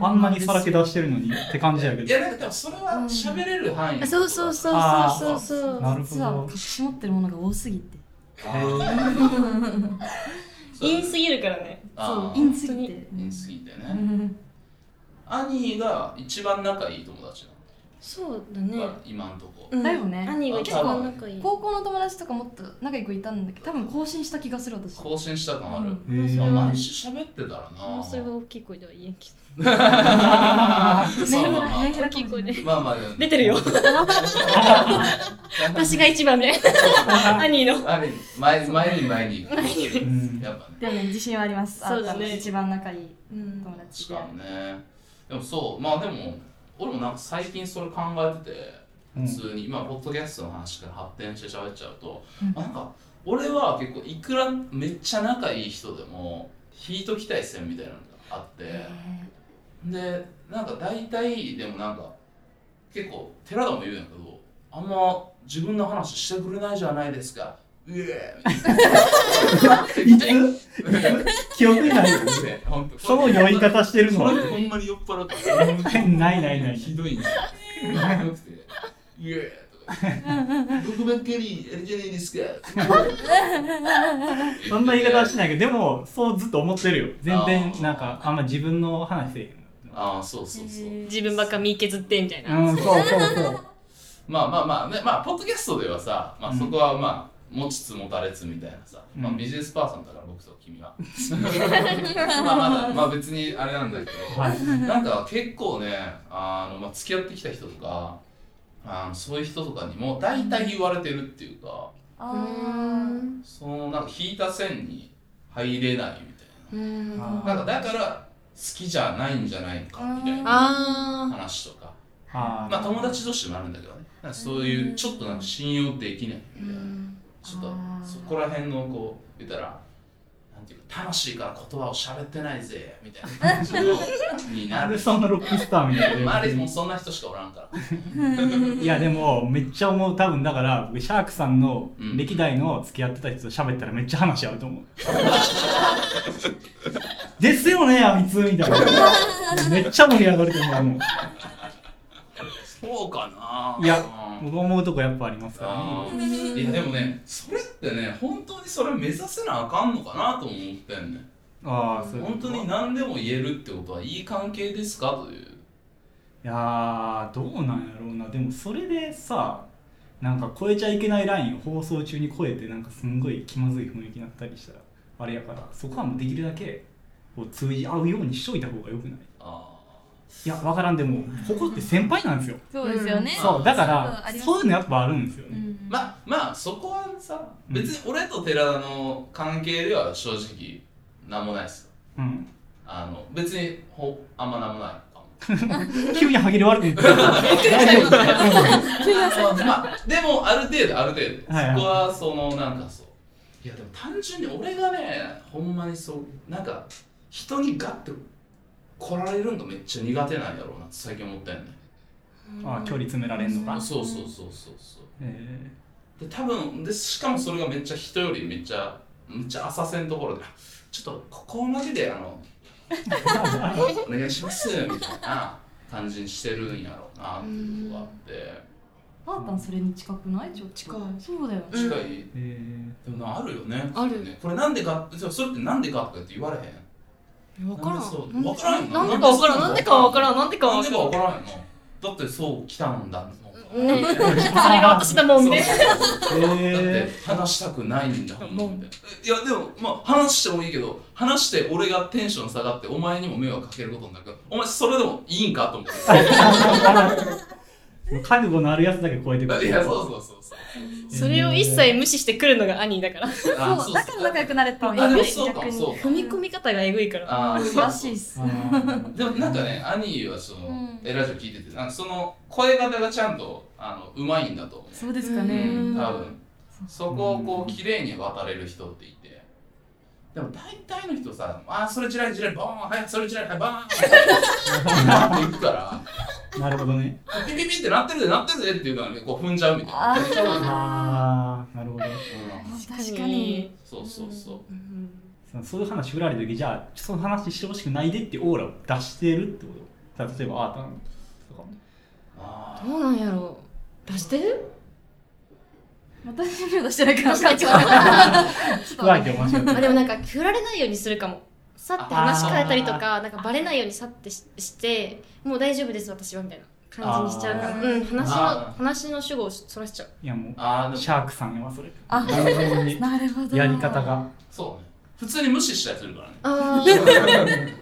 あんなにさらけ出してるのにって感じやけ
い
ど
やなんか多分それは喋れる範囲の
あ
ことだ
そうそうそう
あー
そうそうそう
なるほ
実は
ど
隠し持ってるものが多すぎて
あーそう
陰すぎるからね
そ
あ
う
ー
陰すぎて
陰すぎてね、
うん
アニーが一番仲いい友達
そうだ
なの、
ね
今んとこ、
うん
だよね
兄が一番仲いい
高校の友達とかもっと仲良くいたんだけど多分更新した気がする私
更新した感ある、
うん
えー
まあ毎週喋ってたらな
もうそれは大きい声では言えんけど
まあまあまあ
大
大きい声で
[laughs] まあまあ
出てるよ私が一番みたいな兄の
あれ前前に前に行く
うん
やっぱね
でもね自信はあります
そうだね
あの一番仲いい
うん
友達
し
で
かもねでもそうまあでも俺もなんか最近それ考えてて
う
普
ん
通に、今ポッドキャストの話から発展して喋っちゃうと、
うん
なんか俺は結構いくらめっちゃ仲いい人でも引いときたい線みたいなのがあって、でなんか大体でもなんか結構寺田も言うんやけどあんま自分の話してくれないじゃないですかうえー
い
みたいな
つ [laughs] 記憶にないよね
[laughs] 本当
その酔い方してるの
こ
は
れってほんまに酔っ払ってる
ないないない
ひどいねひどくて「イエーイ!」とか「僕ばっかりあれじゃないですか」
[laughs] そんな言い方はし
ない
ないけどでもそうずっと思ってるよ全
あー
然なんかあんま自分の話せえ
ああそうそうそう、
自分ばっか身削ってみたい
へ
な、
んうんそうそうそう
まあまあまあねまあポッドキャストではさ、まあ、そこはまあ、持ちつ持たれつみたいなさ、まあ、
うん
ビジネスパーソンだから僕と君はまあまあまあ別にあれなんだけど、
はい
なんか結構ねあの、まあ、付き合ってきた人とかあのそういう人とかにも大体言われてるっていうか
あ
う
ー
ん
そのなんか引いた線に入れないみたい
うん
あ
ななんかだから好きじゃないんじゃないかみたいな
あ
話とか
あー
まあ友達同士でもあるんだけどねなんかそういうちょっとなんか信用できないみたいなちょっと
あー
そこら辺のこう言ったらなんていうか魂から言葉を喋ってないぜみたいな感じのにな
[laughs] なんで
る
そんなロックスターみたいな
周りもそんな人しかおらんから
いやでもめっちゃ思う多分だから僕シャークさんの
うん
歴代の付き合ってた人と喋ったらめっちゃ話合うと思う [laughs] ですよねあいつみたいなめっちゃ盛り上がると思うもう
そうかない
いや
や
僕思うとこやっぱありますからね
いやでもねそれってね本当にそれ目指せなあかんのかなと思ってんね
ああそういうこ
本
と
当に
い
何でも言えるってことはいい関係ですかという
やーどうなんやろうなでもそれでさなんか超えちゃいけないラインを放送中に超えてなんかすんごい気まずい雰囲気になったりしたらあれやからそこはもうできるだけこう通じ合うようにしといた方がよくない
あ
いや、わからんでも、ここって先輩なんですよ。
そうですよね
うん
そう、だか
そうあ
ら
り、ます
そういうのやっぱあるんですよ
う
ね。
ん
ーまあまあそこはさ
うん
別に俺と寺田の関係では正直何もないですよ
うん。
あの別にほあんま何もないかも
急に歯切れ悪く言ってる。大丈夫です
まあまあでもある程度ある程度、
はいはい
そこはそのなんかそういやでも単純に俺がねほんまにそうなんか人にガッて来られるのめっちゃ苦手なんやろうなって最近思ったよね
ああ、距離詰められんのか。
そうそうそうそうそう
え
で多分でしかもそれがめっちゃ人よりめっちゃめっちゃ浅瀬のところでちょっとここまでであのお願いしますみたいな感じにしてるんやろうなっていうのがあって
パータンそれに近くないちょっと
近い
そうだよね
うん
近い、
ーえ
[laughs] でもなあるよね。
ある
ね。これなんでか、じゃあそれってなんでかとかって言われへん。
分からん
なんでそうわからんよ
なんでか分からんなんでか分からんなんでか
なん
分
で
か
から
ん
わからへんの。だってそう来たんだもん。
うんそれが私だもんね
そう
[laughs]
ー、
だ [laughs] っ
え
て話したくないんだも。
もうん
いやでもまあ話してもいいけど、話して俺がテンション下がってお前にも迷惑かけることになるから、お前それでもいいんかと
[laughs]
思って。
ー、もう覚悟のあるやつだけ超えてくる。
いやそうそうそうそう。
それを一切無視してくるのが兄だから
あ
そうだから仲良くなれた
あでもそうかもそうか
踏み込み方がえぐいから
あーそう
らしいっす
あー
でもなんかね、兄はその、
うん
えラジオ聞いてて、なんかその声方がちゃんとあのうまいんだと思う。
そうですかね
うん
多分そこをこう綺麗に渡れる人っていてでも大体の人さ「あーそれじらいじらいボーンはいそれじらいはいバーン」なっていくから
なるほどね。
「ピピピってなってるでなってるで」っていうからねこう踏んじゃうみたいな、
あ
あ
あ、なるほど。
うん
確かに
そうそうそう
そのそういう話振られた時、じゃあ、その話してほしくないでっていうオーラを出してるってこと。例えば、あーたんとかも。
あ
どうなんやろう出してる
私にも出してないからちょっ
聞く相手を間違えて
あでもなんか振られないようにするかもさって話し変えたりとかなんかバレないようにさってししてもう大丈夫です私はみたいな感じにしちゃうから
あー
うん話
あ
の
ー
話の主語をそらしちゃう
いや、も
ーあー
う、
で
シ
も
ャークさんはそれ。
あ
完全に
となるほど
やり方が。
[laughs]
そうね普通に無視したりするからね
あ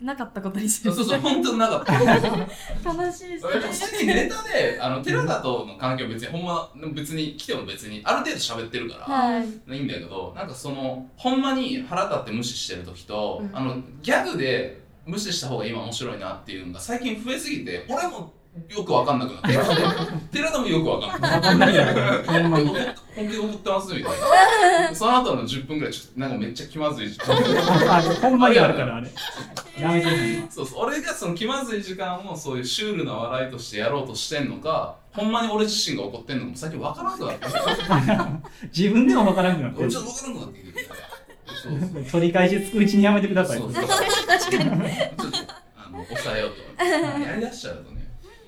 なかったことにす
そ
る
うそうそう、本当になかった。
悲しいです
俺も別にネタで、あの、寺田との関係は別に、ほんま、別に来ても別に、ある程度喋ってるから、
はい
いいんだけど、なんかその、ほんまに腹立って無視してる時と、
うん
あの、ギャグで無視した方が今面白いなっていうのが最近増えすぎて、俺もよくわかんなくなって、寺田もよくわかんなくな
[laughs] わ
って
かんないやろ、ほんまに。
本気で怒ってますみたいな。その後の10分ぐらい、ちょっとなんかめっちゃ気まずい時間。
あほんまにあるから、あれ。やめてほしいな
[laughs] そうそう俺がその気まずい時間をそういうシュールな笑いとしてやろうとしてんのかほんまに俺自身が怒ってんのかも最近分からんくなってきて
自分でもわからんくなって
俺
る
ちょっと分からんくなってきてそうそう
[laughs] 取り返しつくうちにやめてください。
そうそう確かにちょっとあの抑えようとやりだしちゃうとね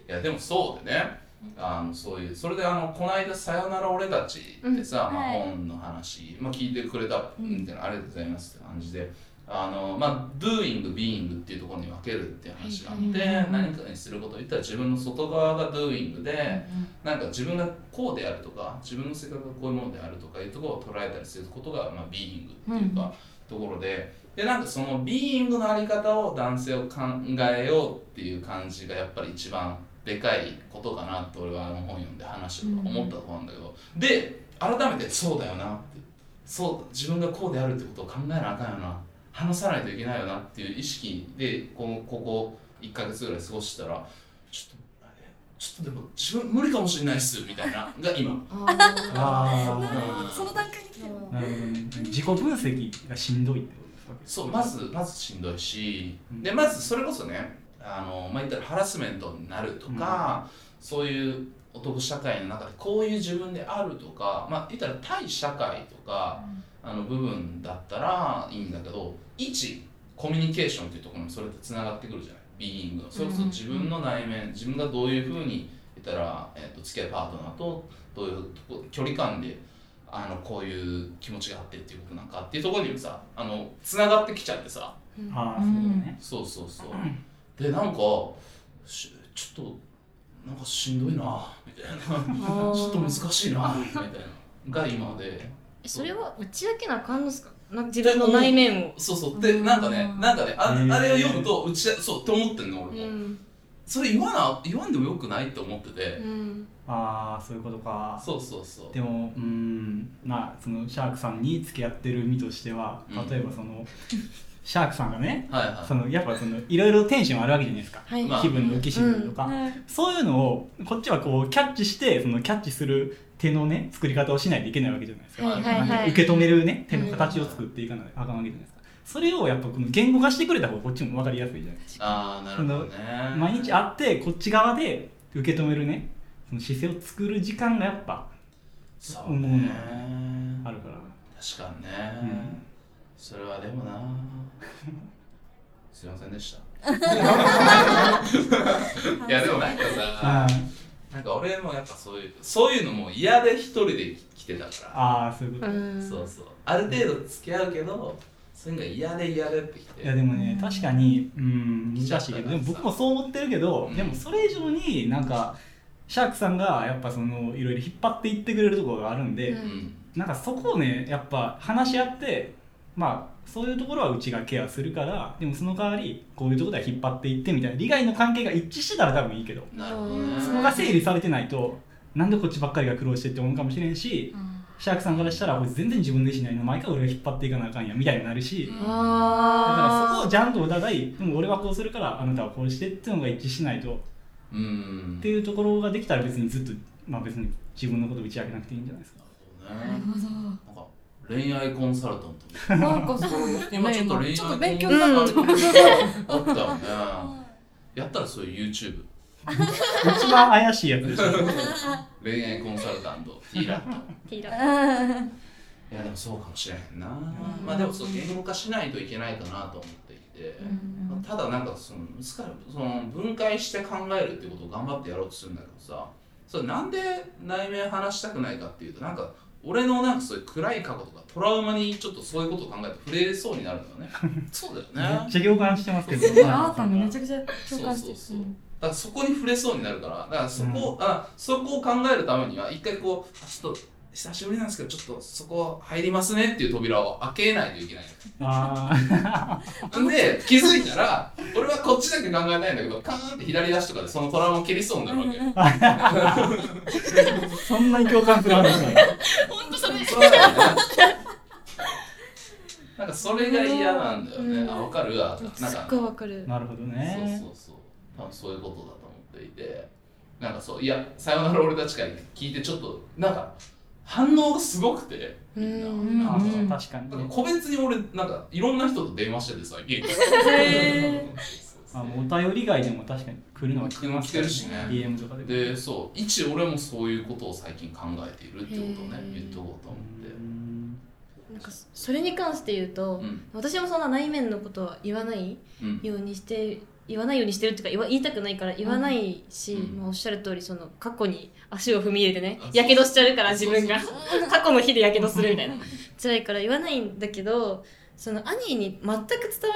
いやでもそうでねあのそういうそれであのこの間「さよなら俺たち」ってさ、
うん
まあ、
はい
本の話、まあ、聞いてくれたみたいな、ありがとうございますって感じであのまあ Doing Being っていうところに分けるっていう話があって、
はい
何かにすることを言ったら自分の外側が Doing で、なんか自分がこうであるとか自分の性格がこういうものであるとかいうところを捉えたりすることが、まあ、ビーイングっていうか、ところででなんかそのビーイングのあり方を男性を考えようっていう感じがやっぱり一番でかいことかなって俺はあの本読んで話を思ったところなんだけど、で改めてそうだよなってそうだ自分がこうであるってことを考えなあかんよな話さないといけないよなっていう意識でこのここ1ヶ月ぐらい過ごしたらちょっとあれちょっとでも自分無理かもしれないっすみたいなが今。
あ
その段階に来てる
あ、なるほどね。自己分析がしんどいってことです
そ
か
うまずまずしんどいし、
うん
でまずそれこそねあの、まあ、言ったらハラスメントになるとか、そういう男社会の中でこういう自分であるとか、まあ、言ったら対社会とか、あの部分だったらいいんだけど一コミュニケーションっていうところにそれってつながってくるじゃないビーイングのそれこそ自分の内面、自分がどういうふうに言ったら、えっと付き合うパートナーとどういうとこ距離感であのこういう気持ちがあってっていうことなんかっていうところにもさあのつながってきちゃってさ
ああ、そうだね。
そうそうそうでなんかしちょっとなんかしんどいなみたいなちょっと難しいなみたいなが今で
それは打ち明けなあかんのですかなんか自分の内面を。
そうそうでなんかねなんかねあ,、
へー
あれを読むとうちそうって思ってんの
う
俺も、
ん。
それ言わな言わんでもよくないって思ってて、
うん。
ああ、そういうことか。
そうそうそう
でもうーんまあそのシャークさんに付き合ってる身としては
うん
例えばその、シャークさんがね
はいはい
そのやっぱそのいろいろテンションあるわけじゃないですか、
はい。
まあ
気分の浮き沈みとか、
はい
そういうのをこっちはこうキャッチしてそのキャッチする手のね作り方をしないといけないわけじゃないですか、
はいはいはい。
受け止めるね手の形を作っていかないあかんわけじゃないですかそれをやっぱこの言語化してくれた方がこっちも分かりやすいじゃないです
ああなるほどね
か毎日会ってこっち側で受け止めるねその姿勢を作る時間がやっぱ
そうね
あるから
[laughs]
確かにね、
うん
それはでもな
[laughs]
すいませんでしたいやでもなんかさ
あ
なんか俺もやっぱそういうそういうのも嫌で一人で来てたから
あーそういうこと
うん。
そうそうある程度付き合うけどそういうのが嫌で嫌でってきて
いやでもね確かにうん難しい
シャー
けど
クさん
でも僕もそう思ってるけど、
うん
でもそれ以上になんかシャークさんがやっぱそのいろいろ引っ張っていってくれるところがあるんで、
うん
うん
なんかそこをねやっぱ話し合ってまあそういうところはうちがケアするからでもその代わりこういうところでは引っ張っていってみたいな利害の関係が一致してたら多分いいけど
なるほどね
うん
そこが整理されてないとなんでこっちばっかりが苦労してって思うかもしれんしシャークさんからしたら俺全然自分でしないの毎回俺が引っ張っていかなあかんやみたいになるし、だからそこ
あ
をちゃんとお互い、でも俺はこうするからあなたはこうしてっていうのが一致しないと、
うん
っていうところができたら別にずっと、まあ別に自分のこと打ち明けなくていいんじゃないですか。
なるほどねなんか恋愛コンサルタントみたいな
なんかそうですね
今ちょっと恋愛
ちょ
コ
っ
ンサル
と勉強にな
タ
っ
ン
た
トあったよねやったらそういう YouTube
一番怪しいやつでしょ。
恋愛コンサルタントティーラット
あ。ティーラ。
うん
いやでもそうかもしれへんなまあでもそう言語化しないといけないかなと思っていて
うん
ただなんかその難しいその分解して考えるってことを頑張ってやろうとするんだけどさそれなんで内面話したくないかっていうとなんか俺のなんかそういう暗い過去とかトラウマにちょっとそういうことを考えて触れそうになるん
[laughs]
だよねそうだよ
め
ね
っちゃ共感してますけど
すご。い、あーたんめちゃくちゃ
そうそ
共
う
感して
そうだからそこに触れそうになるからだからそこ,、あそこを考えるためには一回こうあちょっと久しぶりなんですけどちょっとそこ入りますねっていう扉を開けないといけ
[laughs]
ない
ああ。
んで気づいたら俺はこっちだけ考えないんだけどカーンって左足とかでそのトラウマを蹴りそうになるわけ
そんなに共感する話なんだ。
本当それ
そうだよね [laughs] なんかそれが嫌なんだよね、
うん
あ分かるわなんか
すっごいわかる
なるほど
そう
ね
そう。そう多分そういうことだと思っていてなんかそういや「さよなら俺たち会」聞いてちょっとなんか反応がすごくてみんな,、
うん
な
あ
んか
ー確かに
なん
ね
か。個別に俺なんかいろんな人と電話してて最近
へ
あお便り以外でも確かに来るのは来てますから
来てるしね
DM とかでも。
でそう一俺もそういうことを最近考えているってことをね
へー
言っておこうと思
う
っ
ん
なんかそれに関して言うと、
てうん
私もそんな内面のことは言わない
うん
ようにして言わないようにしてるっていうか言わ言いたくないから言わないし、
うん
まあ、おっしゃる通りその過去に足を踏み入れてね
あそう
やけどしちゃうから自
そう
分が
そう
[laughs] 過去の日でやけどするみたいな
うん
[laughs] 辛いから言わないんだけどその兄に全く伝わ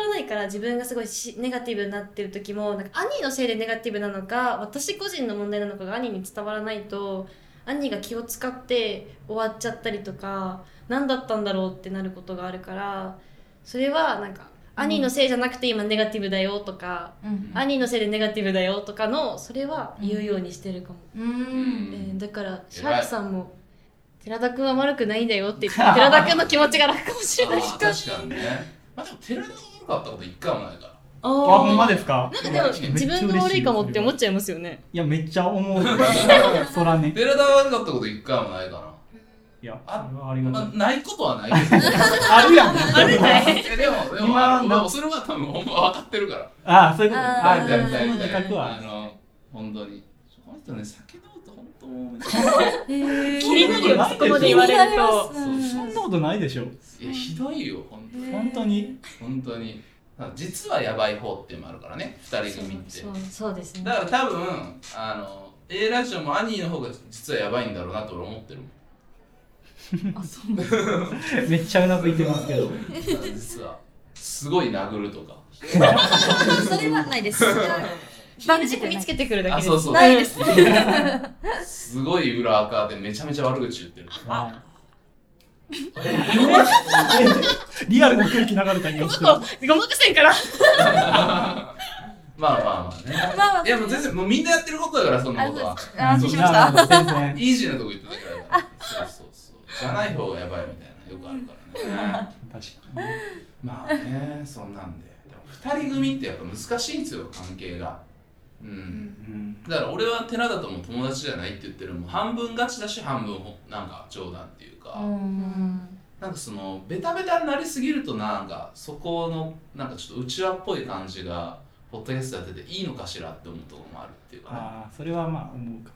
らないから自分がすごいしネガティブになってる時もなんか兄のせいでネガティブなのか私個人の問題なのかが兄に伝わらないと兄が気を使って終わっちゃったりとか何だったんだろうってなることがあるからそれはなんか兄のせいじゃなくて今ネガティブだよとか、
うん
うん
兄のせいでネガティブだよとかのそれは言うようにしてるかも。
うーん
うん
えーだからシャ
偉い
ークさんも寺田くんは悪くないんだよっ
[laughs]
て言って寺田くんの気持ちが楽かもしれない
あー確かにねまあでも寺田が悪かったこと一回もないから
あ
あ、
ー
ほんまですか
なんかでも自分が悪いかもって思っちゃいますよね
いや、めっちゃ思う。そらね。
寺田が悪かったこと一回もないか
いや、それはあり
な、
が
ま
た
あ
い、。
ないことはない
[laughs]
けど
あるやん。あ
るかい
えでもでも
今
あのでもそれは多分ほんま分かってるから
ああ、そういうことね。
あー
はい、
大
じ
体
ゃあ、その
大
自
体
覚
あ
は。
の本当にこの人ね酒飲むと本当もうめっちゃ
[laughs]
気になるよそこまで言われると
そう
そ
そ
んなことないでしょ。
ういやひどいよ本当に
本当に。
本当に実はやばい方っていうのもあるからね二人組って
そうそうですね
だから多分あの A ラジオもアニーの方が実はやばいんだろうなと俺思ってるもん
あそうなんだ
めっちゃうなずいてますけど。
実はすごい殴るとか
それはないです
番軸見つけてくるだけ
あ
です
そうそう
ないです
すごい裏垢でめちゃめちゃ悪口言ってる
はい [laughs] リアルな空気流れたりは
ち
し
ょってとごまかせんから
まあまあまあね
まあまあ
いやもう全然もうみんなやってることだからそんなことは
安心しまし
なる
た
ほど全然。
イージーなとこ言ってたから、そうそうそうじゃない方がやばいみたいなよくあるからね
確かに。
まあねそんなんででも二人組ってやっぱ難しいんですよ関係がうん
うん。
だから俺は寺田とも友達じゃないって言ってるのも半分ガチだし半分ほなんか冗談っていうか、
うん
なんかそのベタベタになりすぎるとなんかそこのなんかちょっとうちわっぽい感じがポッドキャストやってていいのかしらって思うところもあるっていうかね、
ああ、それはまあ、思うか。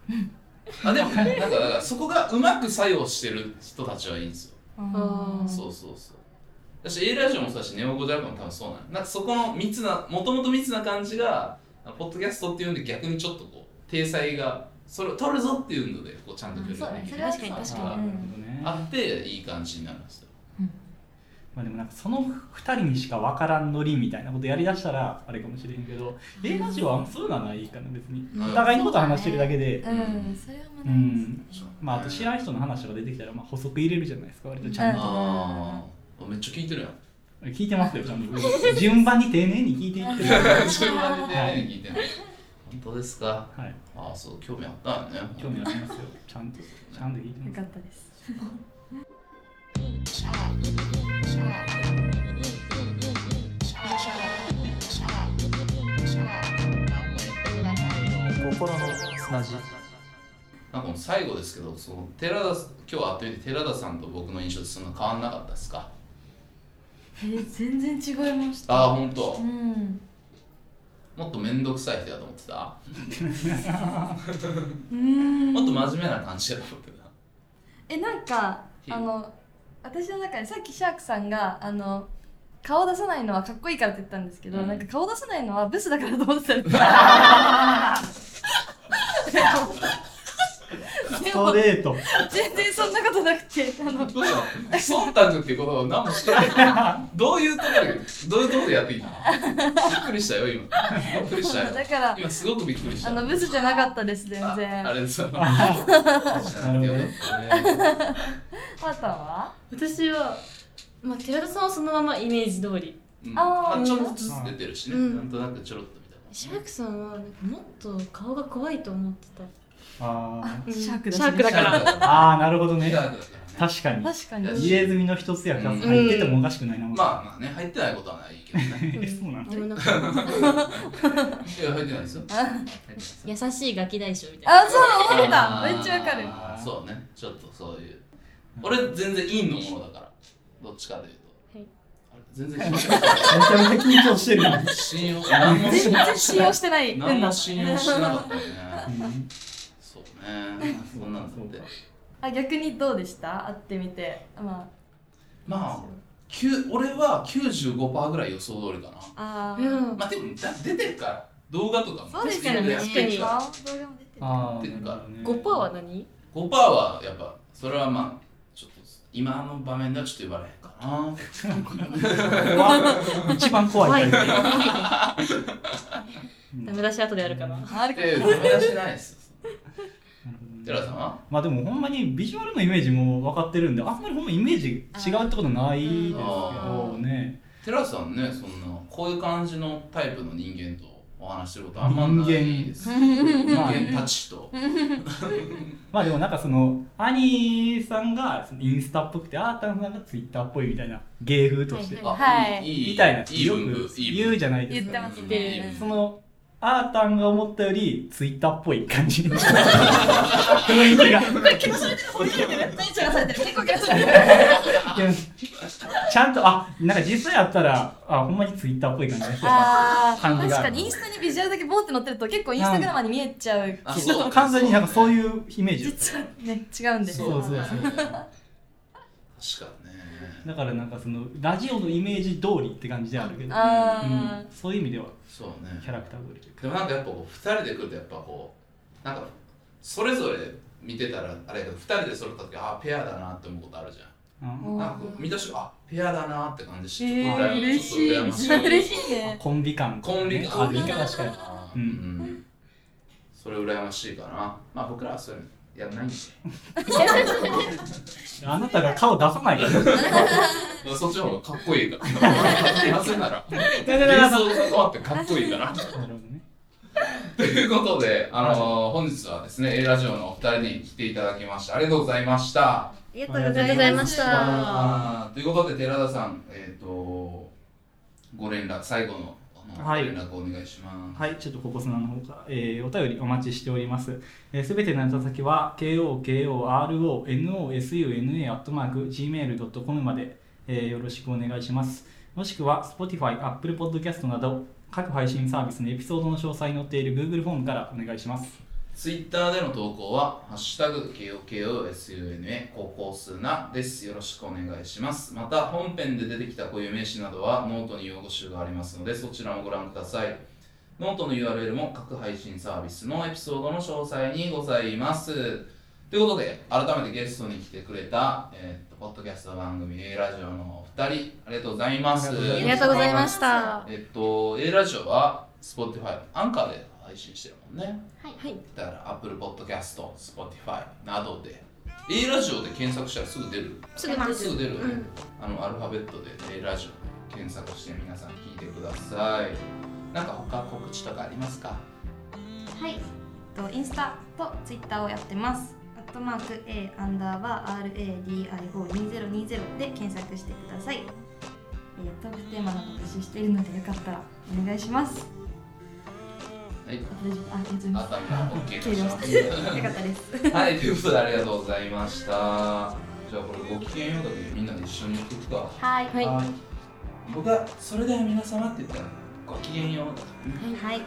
あでもなんかだからそこがうまく作用してる人たちはいいんですよ、
うん
そうそうそうだし A ラジオもそうだしネオゴジャパンも多分そうなのなんかそこの密なもともと密な感じがポッドキャストっていうんで逆にちょっとこう体裁がそれを取るぞっていうのでこうちゃんと距離ができる
あそうだねそれは確かに確か
あ
に
ーなるほどね。
あっていい感じになるんですよ
まあでもなんかその二人にしか分からんノリみたいなことやりだしたらあれかもしれんけど映画上はそういうのはないかな別に
うん
お互いのこと話してるだけで
うんそれはま
う
だいいです
んまああと知らん人の話とか出てきたらまあ補足入れるじゃないですか割とちゃんと
ああめっちゃ聞いてるやん
聞いてますよちゃんと順番に丁寧に聞いていってる
順番でね聞いてない本当ですか
はい
ああそう興味あったんやね
興味ありますよちゃんとちゃんと聞いて
よ
ま
か
す
ったです
心の砂地
なんかもう最後ですけどその寺田今日は後で寺田さんと僕の印象ってそんな変わんなかったですか
えー全然違いました
ああ本当
うん
もっと面倒くさい人だと思ってた
うん
もっと真面目な感じだと思ってた
えなんかあの私の中でさっきシャークさんがあの顔出さないのはかっこいいからって言ったんですけど、
うん
なんか顔出さないのはブスだからと思ってたんです全
ストレート。
全然そんなことなくてあの
どうしたの忖度っていうことを何もしてない。どういうところで、どういうところでやっていいのびっくりしたよ、今。びっくりした [laughs] よ。
だから
今すごくびっくりした。
あのブスじゃなかったです全
あ
然
あ
あ
れですよ。な [laughs] ん
あ
てよかったね
ーたんは
私は、まあ、寺田さんはそのままイメージ通り
うん
あー
まあちょっとずつ出てるしね、
うん
なんとなくちょろっと見たい
シャークさんはなんかもっと顔が怖いと思ってた、
あ
うん
シャークだし
シャークだ
な。
か
ら。
ら
あー、なるほどね
シ。ャークだからね
確かに。
確かに
いや
入れ墨の一つや二つ入っててもおかしくないな。
まあまあね、入ってないことはないけどね。
え [laughs] そうなの
でもな
[laughs]
んか
いや、入ってないですよ。入ってないですよ
優しいガキ大将みたいな
あそう思った
あー
めっちゃわかる
そうね、ちょっとそういう。俺、全然陰のものだから。どっちかで言うと。あれ全然緊張
めちゃめちゃ緊張してるのに。
信用、何も信
全
用
然信用してない
何も信用しな
うん
かったよね。そうね、そんなんだって。
あ逆にどうでした会ってみてま
まあ、きゅ俺は95%ぐらい予想通りかな。
ああ
う
ー
ん
まあでもだ出てるから動画とかも
そうです
よね
やってるから
動画も出てる
ああ、
5%は何
5%はやっぱそれはまあちょっと今の場面ではちょっと言われへんかな
は一番怖いタイプ。
[laughs] ダメ出し後でやるかな
あるか
でダメ出しないです
なるほど
寺
ね
田さんは
まあでもほんまにビジュアルのイメージも分かってるんであんまりほんまイメージ違うってことないですけどね
寺田さんねそんなこういう感じのタイプの人間とお話しすることあんまないです人
間
間たちと
まあでもなんかその兄さんがそのインスタっぽくてあーたんさんがツイッターっぽいみたいな芸風として、
はい
あ
はい
い
みたいない
い
よ
文
く
具いい
言うじゃないで
言
す
っ
か
てます
いい
ね
ね
そのあーたんが思ったよりツイッターっぽい感
[laughs]
じに雰囲気が
めっちゃ出されてる結構出されてる
[laughs]
いやちゃんとあなんか実際やったらあほんまにツイッターっぽい感じがして
あー
感じ
確
がある
かにインスタにビジュアルだけボーって載ってると結構インスタグラマーに見えちゃう
あ
そう完全になんかそういうイメージだった
実はね違うんです
そうそうそう
確かにね
だからなんかそのラジオのイメージ通りって感じではあるけど、
あ
うんそういう意味では
そうね
キャラクター通りと
で
いうか
もなんかやっぱこう2人で来るとやっぱこうなんかそれぞれ見てたらあれやけど2人で揃った時あペアだなって思うことあるじゃ
うん
ん
うん
なんかこう見た瞬間あペアだなって感じして
えー
ちょっと羨ま
嬉
し
し
い
い
ちょっと羨ましい
[laughs] 嬉しいね
コンビ感とかね、
コンビ感
あいいか確かに
あ
う
ー
ん
うんそれ羨ましいかなまあ僕らはそういうのやらないんで
あなたが顔出さないから
[laughs] そっちの方がかっこいいからなぜなら幻想が関わってかっこいいから
なるほどね
ということで、あのー本日はですね A ラジオのお二人に来ていただきましてありがとうございました
ありがとうご
あ
ざいまし
りがとうございました
あーということで寺田さん、えっ、とご連絡最後のあの
はい
ご連絡お願いします。
はい、ちょっとココスナの方から、えーお便りお待ちしております。す、え、べ、全ての宛先は、kokororosuna.gmail.com まで、えーよろしくお願いします。もしくは、Spotify、Apple Podcast など、各配信サービスのエピソードの詳細に載っている Google フォームからお願いします。
ツイッターでの投稿は「ハッシュタグ #KOKOSUNA 高校数な」です。よろしくお願いします。また本編で出てきた固有名詞などはノートに用語集がありますのでそちらもご覧ください。ノートの URL も各配信サービスのエピソードの詳細にございます。ということで、改めてゲストに来てくれた、えー、とポッドキャスト番組 A ラジオのお二人、ありがとうございます。
あ
ありがとうございましたは
えっと、A ラジオは Spotify、アンカーで配信してるもんね。
い
だから Apple Podcast、Spotify などで A ラジオで検索したらすぐ出る
すぐ出る
出るよね
うん
あのアルファベットで A ラジオで検索して皆さん聞いてくださいなんか他告知とかありますか
はい、えっとインスタとツイッターをやってます。アットマーク A アンダーバー RADIO2020 で検索してください。えー、トークテーマなど募集しているのでよかったらお願いします。
はい
あ大丈夫あ、大丈夫
あ頭が OK で
計量してる。よかったです。
したはいということでありがとうございましたじゃあこれご機嫌ようだけみんなで一緒に行くか
はい。
はい
は
僕はそれでは皆様って言ったらご機嫌ようだ
はい。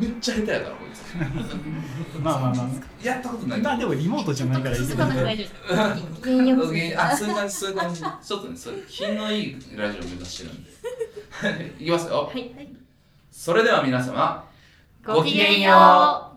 めっちゃ下手やからこいつ
いまあまあ
[laughs]
ま
やったことな
あ、
い
まあでもリモートじゃないからいいけ
静
ど
かな
ね。
大丈夫です原欲
あ、そういう感じ、そういう感じ。ちょっとね、そういう品のいいラジオを目指してるんで。いきますよ。
はい
それでは皆様、
ごきげんよう